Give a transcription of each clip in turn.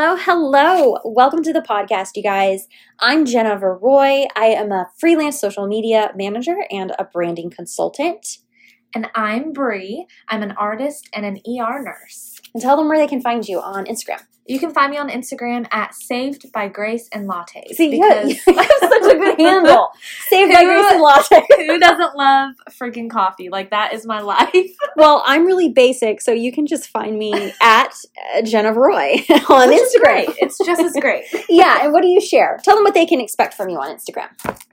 Hello. Welcome to the podcast, you guys. I'm Jenna Roy. I am a freelance social media manager and a branding consultant. And I'm Bree. I'm an artist and an ER nurse. And tell them where they can find you on Instagram. You can find me on Instagram at Saved by Grace and Lattes. See, because you have such a good handle. Saved by Who- Grace and Latte. who doesn't love freaking coffee? Like that is my life. Well, I'm really basic, so you can just find me at uh, Jenna Roy on Which is great. Instagram. It's just as great. Yeah, and what do you share? Tell them what they can expect from you on Instagram.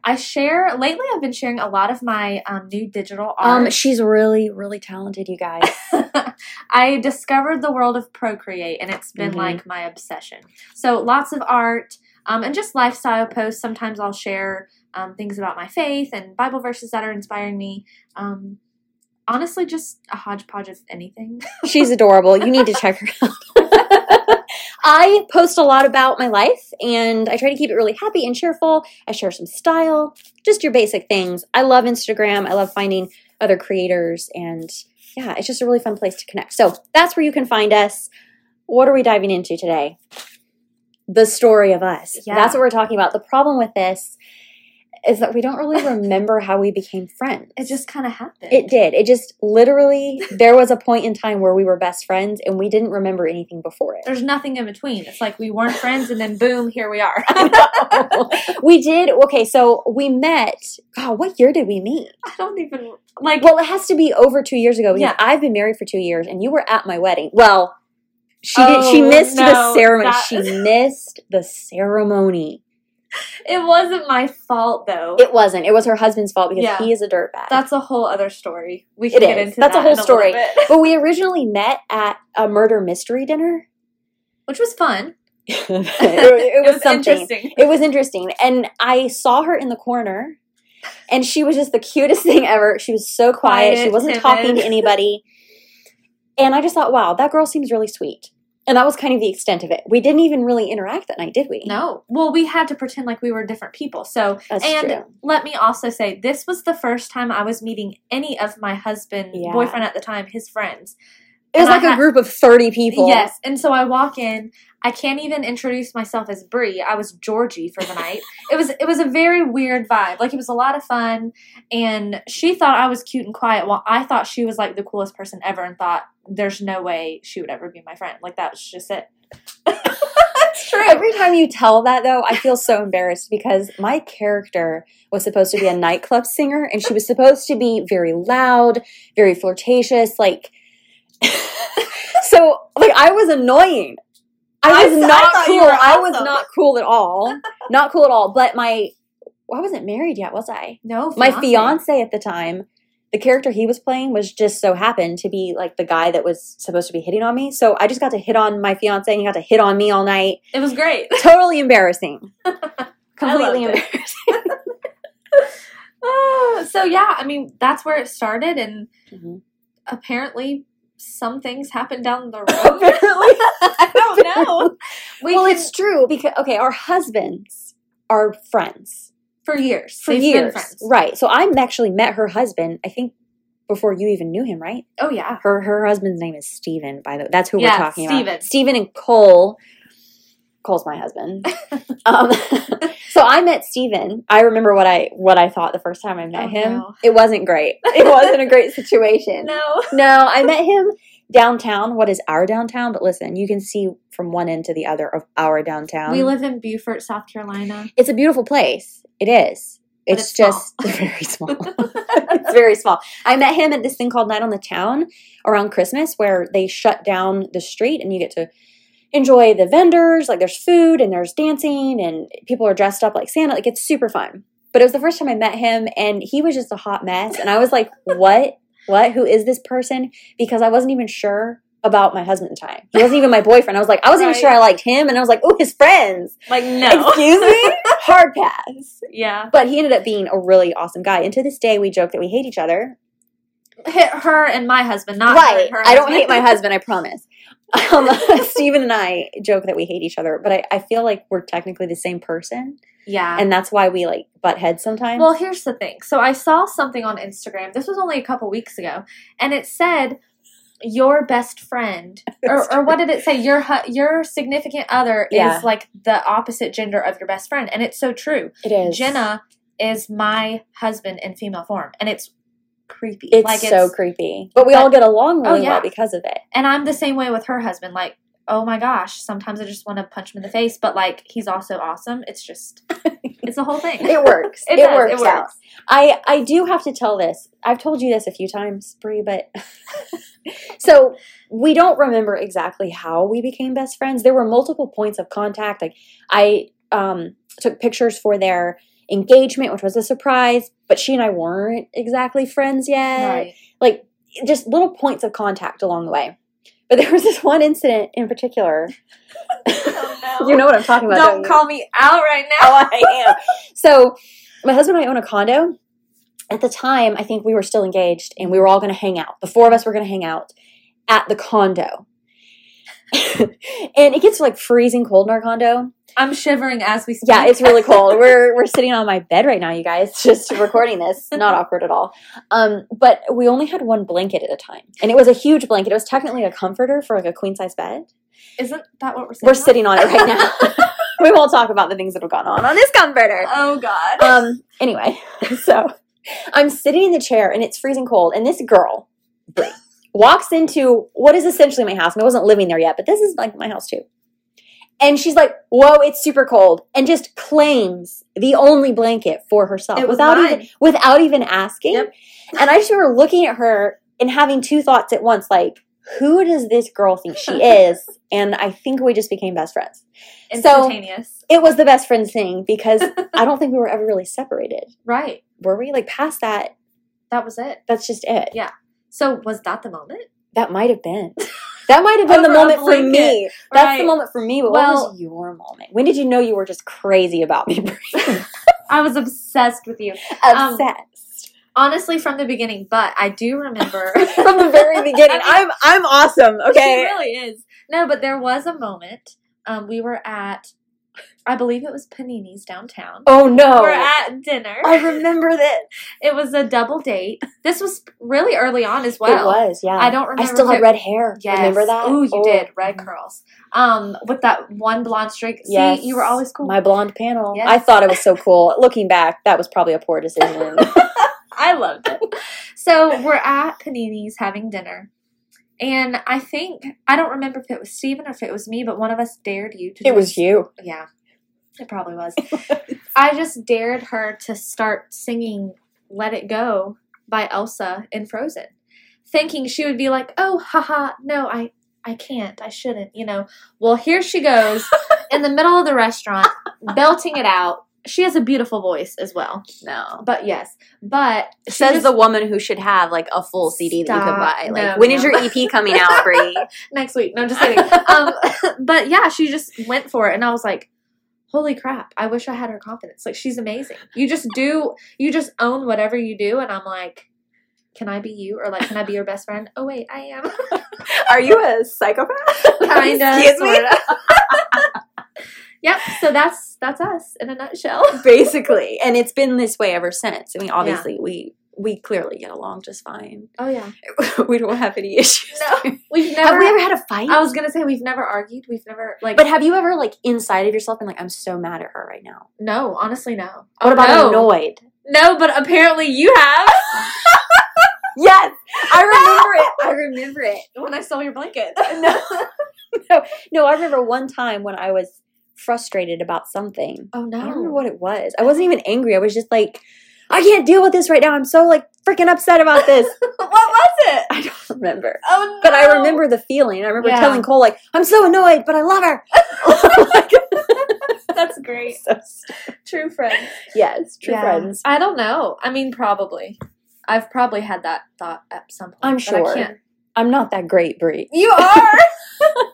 I share lately. I've been sharing a lot of my um, new digital art. Um, she's really, really talented, you guys. I discovered the world of Procreate, and it's been Mhm. like my obsession. So lots of art um, and just lifestyle posts. Sometimes I'll share um, things about my faith and Bible verses that are inspiring me. Um, honestly, just a hodgepodge of anything. She's adorable. You need to check her out. I post a lot about my life and I try to keep it really happy and cheerful. I share some style, just your basic things. I love Instagram. I love finding other creators and yeah, it's just a really fun place to connect. So that's where you can find us. What are we diving into today? The story of us. Yeah. That's what we're talking about. The problem with this is that we don't really remember how we became friends. It just kind of happened. It did. It just literally, there was a point in time where we were best friends and we didn't remember anything before it. There's nothing in between. It's like we weren't friends, and then boom, here we are. I No. we did. Okay, so we met. God, what year did we meet? don't even like. Well, it has to be over two years ago because Yeah. I've been married for two years and you were at my wedding. Well, she did. She Oh, missed the no, ceremony. that- She missed the ceremony. It wasn't my fault though. It wasn't. It was her husband's fault because Yeah. he is a dirtbag. That's a whole other story. We It can get is. into That's a that whole in story. little bit. but we originally met at a murder mystery dinner. which was fun. it, it was something. interesting. it was interesting. And I saw her in the corner, and she was just the cutest thing ever. She was so quiet. she Quiet, wasn't timid. talking to anybody. And I just thought, wow, that girl seems really sweet. And that was kind of the extent of it. We didn't even really interact that night, did we? No. Well, we had to pretend like we were different people. So, That's and true. let me also say, this was the first time I was meeting any of my husband, Yeah. boyfriend at the time, his friends. It was and I like a had- group of 30 people. Yes. And so I walk in. I can't even introduce myself as Bree. I was Georgie for the night. It was it was a very weird vibe. Like it was a lot of fun, and she thought I was cute and quiet, while I thought she was like the coolest person ever, and thought there's no way she would ever be my friend. Like that was just it. That's true. Every time you tell that, though, I feel so embarrassed because my character was supposed to be a nightclub singer and she was supposed to be very loud, very flirtatious. Like, so, like, I was annoying. I I was s- I not thought cool. you were I was awesome. not cool at all. Not cool at all. But my, well, I wasn't married yet, was I? No, My fiance at the time, the character he was playing was just so happened to be like the guy that was supposed to be hitting on me. So I just got to hit on my fiance and he got to hit on me all night It was great. totally embarrassing. loved Completely it. embarrassing. Oh, so yeah, I mean that's where it started, and Mhm. apparently some things happened down the road. Apparently. I don't know. We well, can- it's true because okay, our husbands are friends for years. for They've been years, friends. right? So I actually met her husband. I think before you even knew him, right? Oh yeah. Her her husband's name is Steven, by the way. That's who Yeah, we're talking Steven. about. Steven and Cole. Cole's my husband. um, so I met Steven. I remember what I what I thought the first time I met Oh, him. no. It wasn't great. It wasn't a great situation. No. No, I met him downtown. What is our downtown? But listen, you can see from one end to the other of our downtown. we live in Beaufort, South Carolina. It's a beautiful place. It is. But It's, it's just very small. it's very small. I met him at this thing called Night on the Town around Christmas, where they shut down the street and you get to enjoy the vendors. Like there's food and there's dancing and people are dressed up like Santa. Like it's super fun. But it was the first time I met him and he was just a hot mess. And I was like, what? What? Who is this person? Because I wasn't even sure about my husband at the time. He wasn't even my boyfriend. I was like, I wasn't Right. even sure I liked him. And I was like, oh, his friends. Like no. Excuse me? Hard pass. yeah. But he ended up being a really awesome guy. And to this day, we joke that we hate each other. Hit her and my husband, not right. her. and her I don't husband. hate my husband, I promise. Um, Steven and I joke that we hate each other, but I, I feel like we're technically the same person. Yeah. And that's why we like butt heads sometimes. Well, here's the thing. So I saw something on Instagram. This was only a couple weeks ago, and it said your best friend or, or what did it say your hu- your significant other Yeah. is like the opposite gender of your best friend and it's so true It is. jenna is my husband in female form and it's creepy It's so creepy. But we all get along really Oh, yeah. well because of it. and i'm the same way with her husband like oh my gosh sometimes i just want to punch him in the face but like he's also awesome it's just it's the whole thing It works. it, does, works out. I, I do have to tell this. I've told you this a few times, Brie, but so we don't remember exactly how we became best friends. There were multiple points of contact. Like I um, took pictures for their engagement, which was a surprise, but she and I weren't exactly friends yet. Right. Like just little points of contact along the way. But there was this one incident in particular. Oh, no. You know what I'm talking about. don't you? call me out right now how I am. So my husband and I own a condo. At the time, I think we were still engaged and we were all going to hang out. The four of us were going to hang out at the condo. and it gets like freezing cold in our condo. i'm shivering as we speak Yeah, it's really cold. We're we're sitting on my bed right now, you guys, just recording this. Not awkward at all. Um, but we only had one blanket at a time, and it was a huge blanket. It was technically a comforter for like a queen size bed. isn't that what we're saying We're sitting on it right now. we won't talk about the things that have gone on on this comforter. oh god um anyway so i'm sitting in the chair and it's freezing cold and this girl Brie, walks into what is essentially my house and i wasn't living there yet but this is like my house too and she's like whoa it's super cold and just claims the only blanket for herself It was without mine. even without even asking Yep. and i just remember looking at her and having two thoughts at once like who does this girl think she is and i think we just became best friends so- instantaneous it was the best friends thing because i don't think we were ever really separated right were we like past that that was it that's just it so was that the moment that might have been that might have been the Over a moment for blanket. me that's the Right. moment for me but what Well- was your moment when did you know you were just crazy about me Brie? I was obsessed with you. Um, obsessed Honestly, from the beginning, but I do remember. from the very beginning I i'm i'm awesome She okay really is. No, but there was a moment. Um, we were at, I believe it was Panini's downtown. oh no We're at dinner. i remember this It was a double date. This was really early on as well. it was yeah I don't remember. i still if had it- red hair Yes. remember that Ooh, you Oh. did. Red curls. Um, with that one blonde streak. See, Yes. you were always cool. My blonde panel. Yes. I thought it was so cool. Looking back, that was probably a poor decision. I loved it. so we're at Panini's having dinner. And I think I don't remember if it was Steven or if it was me, but one of us dared you to it was just- you. Yeah. It probably was. I just dared her to start singing Let It Go by Elsa in Frozen. Thinking she would be like, Oh haha, no, I I can't, I shouldn't, you know. Well here she goes in the middle of the restaurant, belting it out. She has a beautiful voice as well. No. But yes, but she Says just- the woman who should have like a full CD that you could Stop. buy. Like, No, when is no. your EP coming out, Brie? next week. No, I'm just kidding. um, but yeah, she just went for it, and I was like, "Holy crap! I wish I had her confidence. Like she's amazing. You just do, you just own whatever you do." And I'm like, "Can I be you?" Or like, "Can I be your best friend?" Oh wait, I am. Are you a psychopath? kind of. Excuse me? Yep. So that's that's us in a nutshell. Basically, and it's been this way ever since. I mean, obviously, we we clearly get along just fine. Oh yeah. we don't have any issues. No, we've Have never. we ever had a fight? I was gonna say we've never argued. We've never like. but have you ever like inside of yourself been like, I'm so mad at her right now? no, honestly, no. What about no. annoyed? No, but apparently you have. Yes, I remember it. I remember it. when I stole your blanket. No. no, no, I remember one time when I was frustrated about something. Oh I no. don't remember what it was. I wasn't even angry. I was just like, I can't deal with this right now. I'm so like freaking upset about this. what was it? I don't remember. Oh no. But I remember the feeling. I remember Yeah. telling Cole like, I'm so annoyed, but I love her. like, That's great. so st- True friends. yes, true friends. I don't know. I mean, probably. I've probably had that thought at some point. I'm but I sure. can't- I'm not that great, Brie. You are.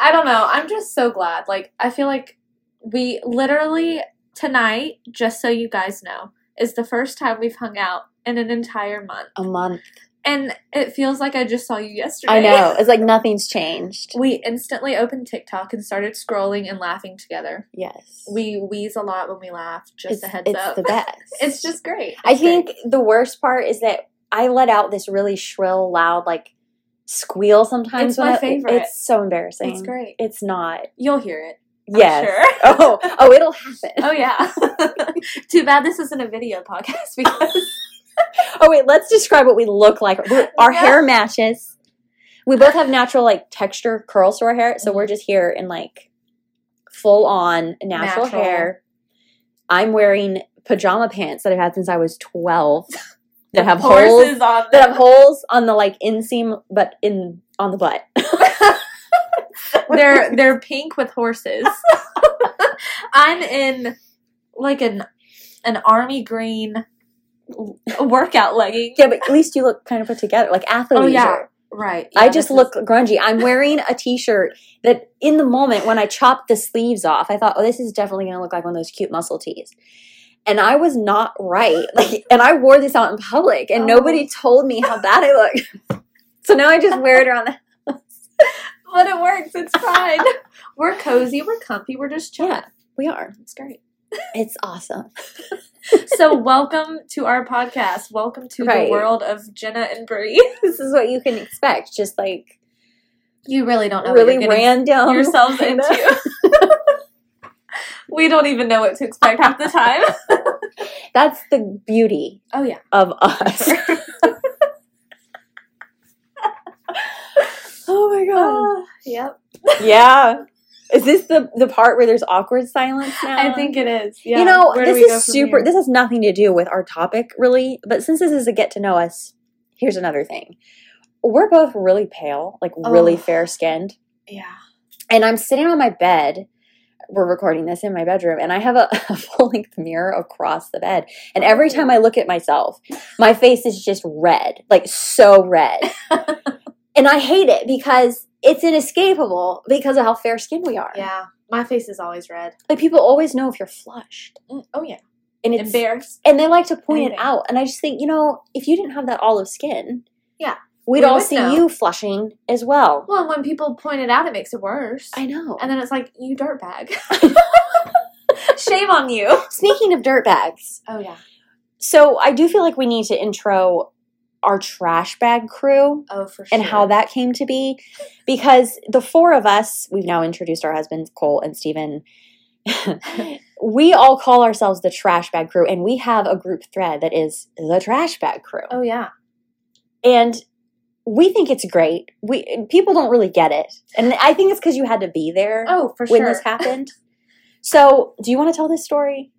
I don't know. I'm just so glad. Like, I feel like we literally tonight, just so you guys know, is the first time we've hung out in an entire month. A month. And it feels like I just saw you yesterday. I know. It's like nothing's changed. We instantly opened TikTok and started scrolling and laughing together. Yes. We wheeze a lot when we laugh, just it's, a heads it's up. the best. it's just great. I It's great. think the worst part is that I let out this really shrill, loud, like squeal sometimes. It's when my I- favorite. It's so embarrassing. It's great. It's not. You'll hear it. I'm Yes. sure. oh, oh, it'll happen. Oh yeah. Too bad this isn't a video podcast because Oh wait, let's describe what we look like. We're- our Yeah. hair matches. We both have natural like texture curls to our hair, so we're Mm-hmm. just here in like full on natural, Natural. hair. I'm wearing pajama pants that I've had since I was 12 that have holes horses on that have holes on the like inseam but in on the butt. they're they're pink with horses. I'm in like an an army green workout legging. yeah, but at least you look kind of put together like athleisure. Oh yeah, right. I Yeah, just this look grungy. I'm wearing a t-shirt that in the moment when I chopped the sleeves off, I thought, "Oh, this is definitely going to look like one of those cute muscle tees." And I was not right. Like and I wore this out in public and Oh. nobody told me how bad I looked. so now I just wear it around the Is, but it works. It's fine. we're cozy. We're comfy. We're just chilling. Yeah. We are. It's great. It's awesome. So welcome to our podcast. Welcome to Right. the world of Jenna and Bree. This is what you can expect. Just like You really don't know what really you're getting random yourselves I know. into. we don't even know what to expect half the time. That's the beauty Oh yeah. of us. oh my god. yep. yeah. Is this the the part where there's awkward silence now? I think it is. Yeah. you know Where do this we go is from super. here? This has nothing to do with our topic really, but since this is a get to know us, here's another thing. We're both really pale, like really Oh. fair skinned, yeah. and I'm sitting on my bed. We're recording this in my bedroom, and I have a, a full length mirror across the bed. And Oh, every time I look at myself, my face is just red, like so red. and I hate it because it's inescapable because of how fair skinned we are. Yeah. My face is always red. Like people always know if you're flushed, Mm, Oh yeah. and it's Embarrassed. and they like to point it Anything. out. And I just think, you know, if you didn't have that olive skin, Yeah. we'd We all would see know. you flushing as well. Well, and when people point it out, it makes it worse. I know. and then it's like you dirtbag. Shame on you. Speaking of dirt bags, Oh yeah. so I do feel like we need to intro our trash bag crew Oh for sure. and how that came to be, because the four of us, we've now introduced our husbands, Cole and Steven. we all call ourselves the trash bag crew, and we have a group thread that is the trash bag crew. Oh yeah. and we think it's great. We people don't really get it, and I think it's because you had to be there Oh for when sure. this happened. so, do you want to tell this story?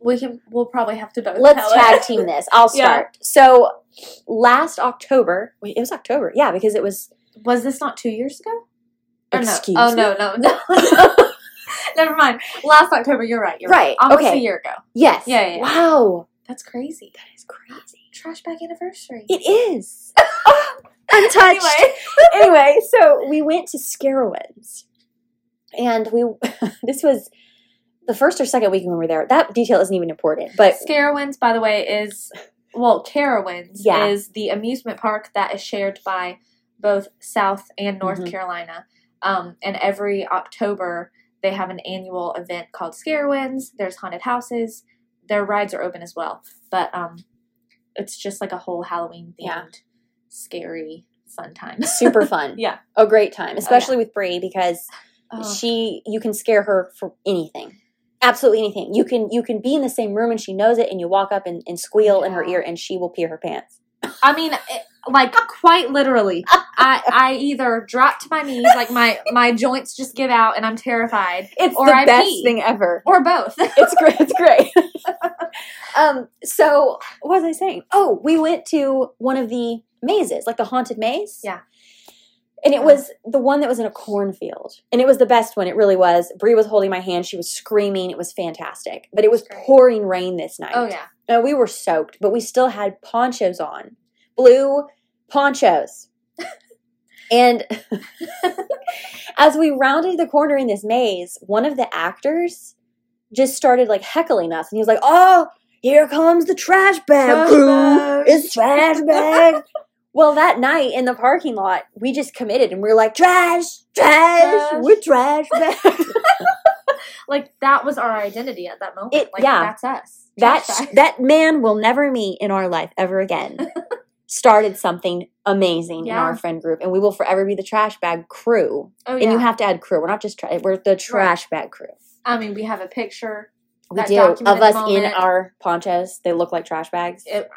we can. We'll probably have to both. Let's tell tag It. team this. I'll Yeah. start. So, last October, wait, it was October, yeah, because it was. Was this not two years ago? Or Excuse no? Oh me? no no no. Never mind. Last October. You're right. You're Right, right. Almost okay. a year ago. Yes. Yeah, yeah, yeah. Wow, That's crazy. that is crazy. Trash bag anniversary. It is. I'm touched. Anyway. anyway, so we went to Scarowinds, and we this was the first or second weekend we were there. That detail isn't even important, but Scarowinds, by the way, is well, Carowinds Yeah. is the amusement park that is shared by both South and North Mhm. Carolina. Um, and every October, they have an annual event called Scarowinds. There's haunted houses. Their rides are open as well, but um, it's just like a whole Halloween themed, Yeah. scary, fun time. super fun. Yeah. a great time, especially with Brie because she you can scare her for anything. Absolutely anything. You can you can be in the same room and she knows it and you walk up and, and squeal in her Yeah. ear and she will pee her pants. I mean, it, like quite literally, I I either drop to my knees, like my my joints just give out, and I'm terrified, It's Or the I best pee. thing ever. or both. It's great. It's great. um, so what was I saying? Oh, we went to one of the mazes, like the haunted maze. Yeah. And it was the one that was in a cornfield. And it was the best one. It really was. Brie was holding my hand. She was screaming. It was fantastic. But it was Great. pouring rain this night. Oh yeah, No, we were soaked, but we still had ponchos on. Blue ponchos. and as we rounded the corner in this maze, one of the actors just started like heckling us and he was like, "Oh, here comes the trash bag Trash crew. bag." It's trash bag." well, that night in the parking lot, we just committed and we were like, "Trash, trash, Trash. we're trash bag." like that was our identity at that moment. It- like yeah. that's us. that Trash bag. that man will never meet in our life ever again. started something amazing in Yeah. our friend group, and we will forever be the trash bag crew. Oh And yeah. you have to add crew. We're not just trash. We're the trash bag crew. I mean, we have a picture. We That do of documented us in moment. our ponchos. They look like trash bags. It,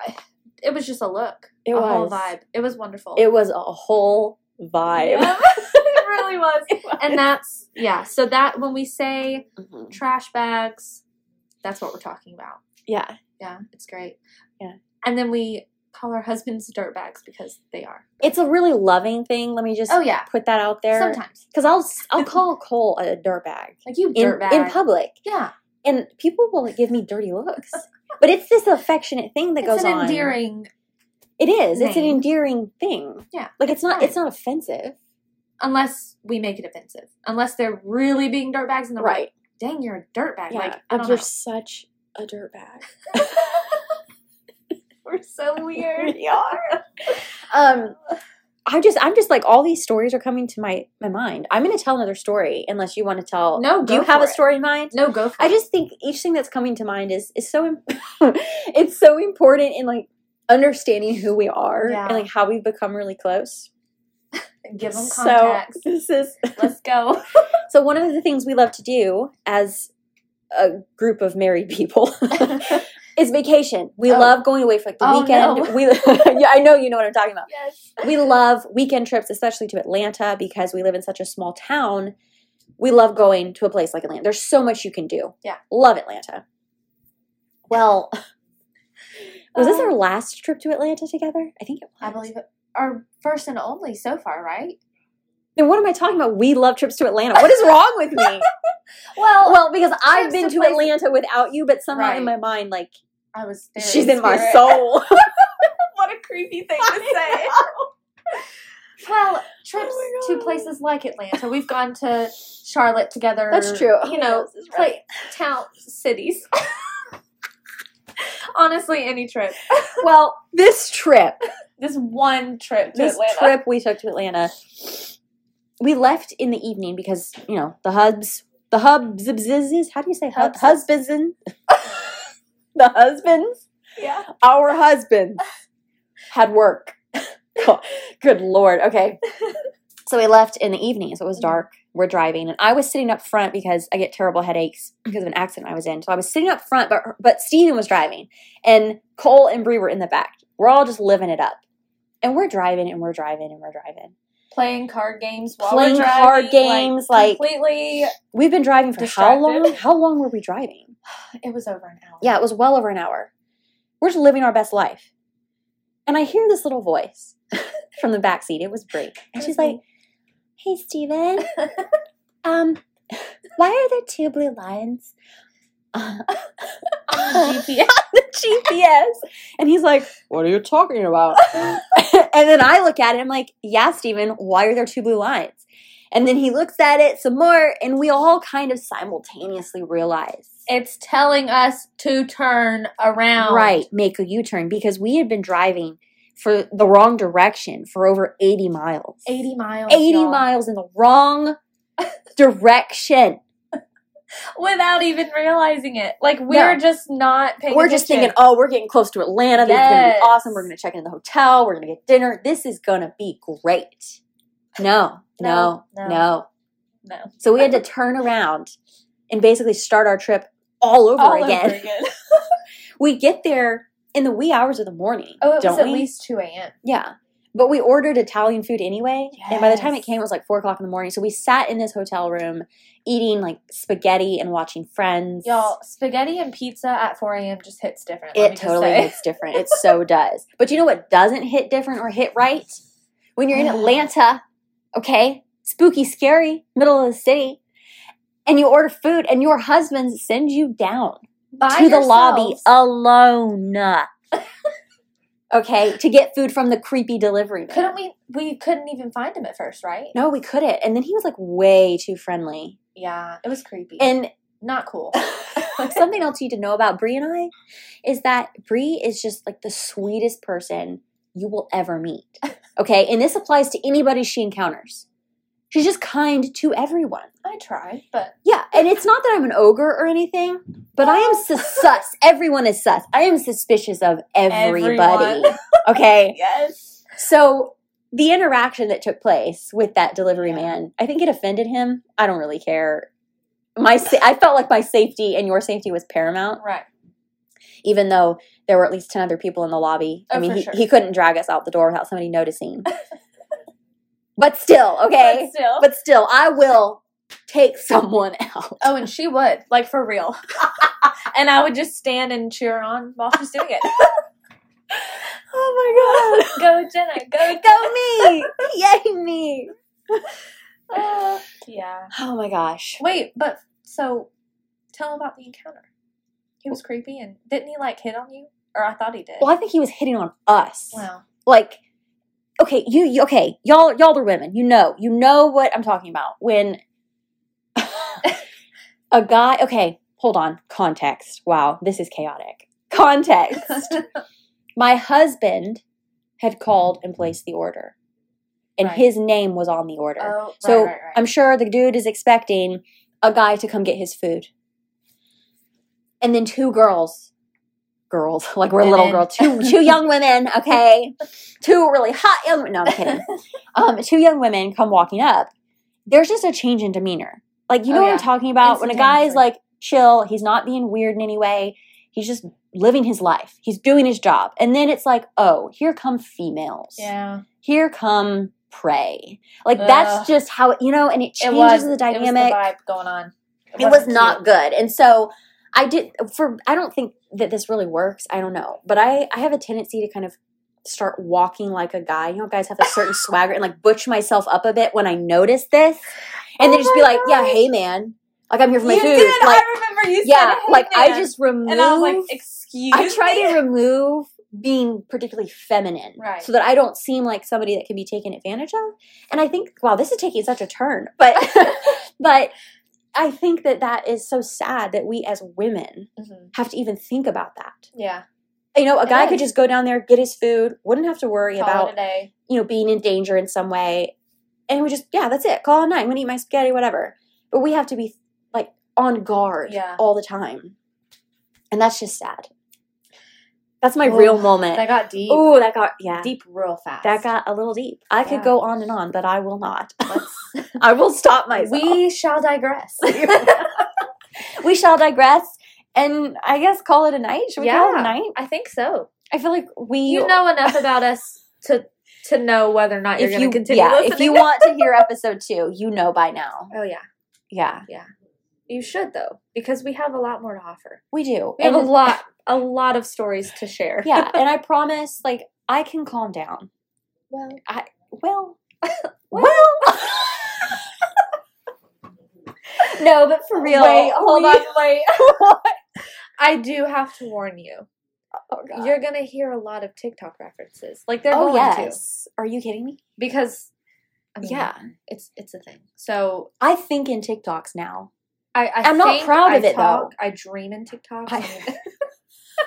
it was just a look. It a whole vibe. It was wonderful. It was a whole vibe. Yeah. it really was. And that's yeah. So that when we say Mhm. trash bags, that's what we're talking about. Yeah. Yeah, it's great. Yeah. And then we call our husbands dirt bags because they are. It's a really loving thing. Let me just Oh yeah. put that out there. Sometimes. Because I'll s- I'll call Cole a dirtbag Like you in dirt bag. in public, Yeah. and people will give me dirty looks. But it's this affectionate thing that it's goes an on. endearing It is. It's an name. endearing thing. Yeah, Like it's, not. nice. It's not offensive. unless we make it offensive. Unless they're really being dirt bags and they're Right. like, dang, you're a dirt bag. yeah. Like I like don't you're know. such a dirtbag. We're so weird. We are. Um, I just, I'm just like all these stories are coming to my my mind. I'm going to tell another story unless you want to tell. No, do go you have for a it. story in mind? No, go for I it. just think each thing that's coming to mind is is so im- it's so important in like understanding who we are Yeah. and like how we've become really close. give them so context. this is Let's go. so one of the things we love to do as a group of married people yes. is vacation. We Oh. love going away for like the Oh, weekend. no. We yeah, I know you know what I'm talking about. We love weekend trips, especially to Atlanta because we live in such a small town. We love going to a place like Atlanta. There's so much you can do. Yeah. Love Atlanta. Well, was this Um, our last trip to Atlanta together? I think it was. I believe it. Our first and only so far, right? Then what am I talking about? We love trips to Atlanta. What is wrong with me? Well, well, because I've trips been to to places- Atlanta without you, but somehow in my Right. mind, like I was there. she's in my spirit. soul. what a creepy thing I Well, trips Oh my to God. places like Atlanta. We've gone to Charlotte together. That's true. You know, This is pla- town cities. Honestly, any trip. well, this trip This one trip to this Atlanta. trip we took to Atlanta, we left in the evening because you know the hubs, the hubs, how do you say hub, Hubs. husbands? and- the husbands, Yeah. our husbands had work. Good lord. Okay, so we left in the evening, so it was dark. We're driving, and I was sitting up front because I get terrible headaches because of an accident I was in. So I was sitting up front, but but Steven was driving, and Cole and Bree were in the back. We're all just living it up, and we're driving, and we're driving, and we're driving. Playing card games while Playing we're driving, card games, like- completely. We've been driving for how Distracted. long? How long were we driving? It was over an hour. Yeah, it was well over an hour. We're just living our best life. And I hear this little voice from the back seat. It was Bree. And she's like, Hey Steven. um, why are there two blue lines? on On the GPS. the GPS. And he's like, What are you talking about? and then I look at it, I'm like, Yeah, Steven, why are there two blue lines? And then he looks at it some more, and we all kind of simultaneously realize It's telling us to turn around. Right, make a U turn because we had been driving for the wrong direction for over 80 miles. 80 miles. 80 y'all. miles in the wrong direction. Without even realizing it. Like, we're No. just not paying we're just thinking, oh, we're getting close to Atlanta. This is going to Yes. be awesome. We're going to check in the hotel. We're going to get dinner. This is going to be great. No, no, No, no, no. no. So we had to turn around and basically start our trip all over All again. over again. We get there in the wee hours of the morning. Oh, it don't was at we? least 2 a.m. Yeah. But we ordered Italian food anyway. And by the time it Yes. came, it was like four o'clock in the morning. So we sat in this hotel room eating like spaghetti and watching friends. Y'all, spaghetti and pizza at 4 a.m. just hits different. let me it just totally say. hits different. It so does. But you know what doesn't hit different or hit right? When you're in Atlanta, okay, spooky, scary, middle of the city, and you order food and your husband sends you down By to the lobby yourselves. alone. okay, to get food from the creepy delivery man. Couldn't we? We couldn't even find him at first, right? No, we couldn't. And then he was like way too friendly. Yeah, it was creepy. And not cool. something else you need to know about Bree and I is that Bree is just like the sweetest person you will ever meet. Okay. And this applies to anybody she encounters. She's just kind to everyone. I I try, but Yeah, and it's not that I'm an ogre or anything, but I am sus- sus. Everyone is sus. I am suspicious of everybody. Everyone. Okay. yes. So the interaction that took place with that delivery Yeah. man, I think it offended him. I don't really care. My sa- I felt like my safety and your safety was paramount, Right. even though there were at least ten other people in the lobby. I Oh, mean, for he, sure. he couldn't drag us out the door without somebody noticing. but still, okay. But still. But still, I will take someone out. oh, and she would like for real, and I would just stand and cheer on while she's doing it. Oh my god. go Jenna, go Go me! Yay me! Uh, yeah. Oh my gosh. Wait, but so tell him about the encounter. He was creepy, and didn't he like hit on you? Or I thought he did. Well, I think he was hitting on us. Wow. Like, okay, you, you okay, y'all y'all are women. You know, you know what I'm talking about. When a guy okay, hold on, context. Wow, this is chaotic. Context. my husband had called and placed the order. And Right. his name was on the order. Oh, So right, right, right. I'm sure the dude is expecting a guy to come get his food. And then two girls. Girls, like we're little girl, Women. two two young women, okay? two really hot young no, I'm kidding. um, two young women come walking up. There's just a change in demeanor. Like you know Oh, what yeah. I'm talking about? When a guy is Instantaneously. like chill, he's not being weird in any way. He's just living his life. He's doing his job. And then it's like, oh, here come females yeah. here come prey. Like Ugh. that's just how it, you know, and it It changes was the It was the dynamic. It, vibe going on. It, was wasn't not cute. good. And so I did for I don't think that this really works. I don't know. But I I have a tendency to kind of start walking like a guy. You know, guys have a certain swagger and like butch myself up a bit when I notice this. And Oh then just be my like, yeah, gosh. hey man. Like I'm here for my you food. did. Like I remember you. yeah, said, "Hey, like I man." just remove and I was like, excuse. I try me?" to remove being particularly feminine, Right. So that I don't seem like somebody that can be taken advantage of. And I think, wow, this is taking such a turn, but but I think that that is so sad that we as women Mhm. have to even think about that. Yeah. You know, a It guy could is. just go down there, get his food, wouldn't have to worry Call about it a day. you know being in danger in some way, and we just yeah, that's it. Call a nine. I'm gonna eat my spaghetti, whatever. But we have to be like on guard Yeah. all the time, and that's just sad. That's my Oh, real moment. That got deep. Oh, that got yeah. Deep real fast. That got a little deep. I could Yeah. go on and on, but I will not. Let's- I will stop myself. We, We shall digress. we shall digress and I guess call it a night. Should we call it a Yeah. night? I think so. I feel like we You know enough about us to to know whether or not you're if going to you continue yeah, listening. if you want to hear episode 2, you know by now. oh yeah, Yeah. you should though because we have a lot more to offer. We do. We have a And- lot a lot of stories to share. yeah, and I promise like I can calm down. Well, Well, well. no, but for real. Wait, hold we- on, wait. I do have to warn you. Oh, God. You're going to hear a lot of TikTok references. Like they're oh going to yes. Are you kidding me? because I mean, Yeah. it's it's a thing. So I think in TikToks now. I, I I'm not think proud of I it, though. talk, I dream in TikTok. I-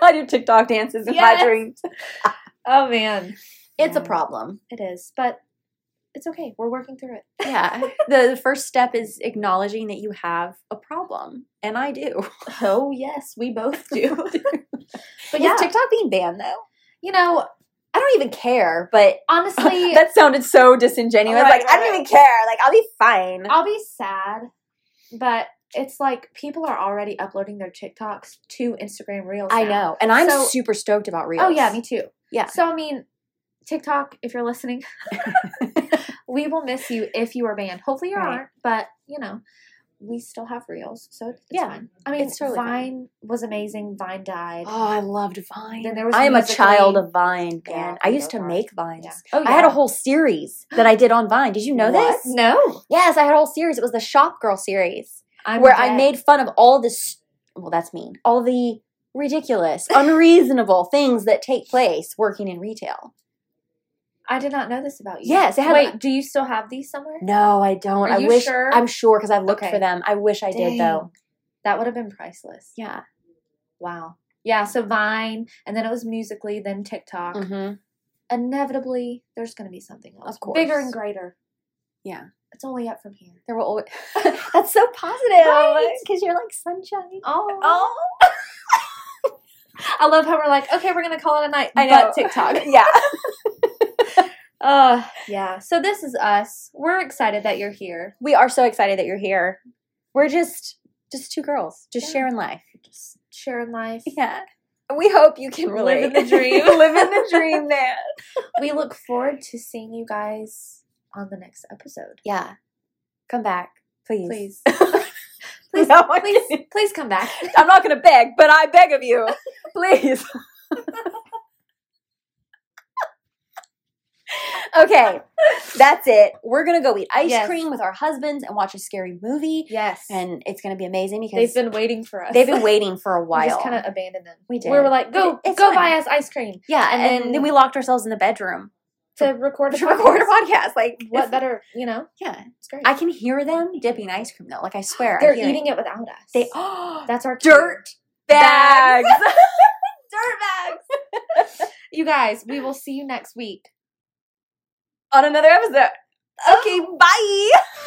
I do TikTok dances in my dreams. oh man, It's a Yeah. problem. It is, but it's okay. We're working through it. Yeah. the, the first step is acknowledging that you have a problem. And I do. Oh yes, we both do. Is but yeah, TikTok being banned though? you know, I don't even care, but honestly, that sounded so disingenuous. Right, like, I don't right. even care. Like, I'll be fine. I'll be sad, but it's like people are already uploading their TikToks to Instagram Reels. I now. know. And I'm So- super stoked about Reels. Oh yeah, me too. Yeah. So I mean, TikTok, if you're listening, we will miss you if you are banned. Hopefully you Right. aren't, but you know, we still have Reels, so it's Yeah, fine. I mean, it's totally fine. Vine was amazing. Vine died. Oh, I loved Vine. Then there was I am a Musical.ly. child of Vine, Yeah, man. I I used love to Vine. make vines. Yeah. Oh, I had a yeah. whole series that I did on Vine. Did you know What? this? No. Yes, I had a whole series. It was the Shop Girl series. I'm where I dead. made fun of all this. Well, that's mean. All the ridiculous, unreasonable things that take place working in retail. I did not know this about you. Yes, it had- Wait, do you still have these somewhere? No, I don't. Are I you wish sure? I'm sure because I've looked Okay. for them. I wish I Dang. did though. That would have been priceless. Yeah. Wow. Yeah, so Vine, and then it was Musically, then TikTok. Mm-hmm. Inevitably, there's going to be something else. Of course. Bigger and greater. Yeah. It's only up from here. There will always. That's so positive Right? because you're like sunshine. Oh. Oh, I love how we're like, okay, we're gonna call it a night. I know. know TikTok. yeah. Uh yeah. So this is us. We're excited that you're here. We are so excited that you're here. We're just just two girls, just Yeah. sharing life. Just sharing life. Yeah. We hope you can Live relate. in the dream. Live in the dream, man. We look forward to seeing you guys on the next episode. Yeah. Come back, please. Please. Please. Please, No, I'm please, kidding. please come back. I'm not going to beg, but I beg of you. Please. okay. That's it. We're going to go eat ice Yes. cream with our husbands and watch a scary movie. Yes. And it's going to be amazing because they've been waiting for us. they've been waiting for a We while. just kind of abandoned them. We We did. were like, go, It's go fine. buy us ice cream yeah. And, and then, then we locked ourselves in the bedroom to record a to record a podcast. podcast. Like, What better, you know? yeah. It's great. I can hear them dipping ice cream though. Like, I swear. I They're hear it. eating it without us. They oh, That's our cue. dirt bags. Dirt bags. you guys, we will see you next week. Oh. on another episode. Okay, bye.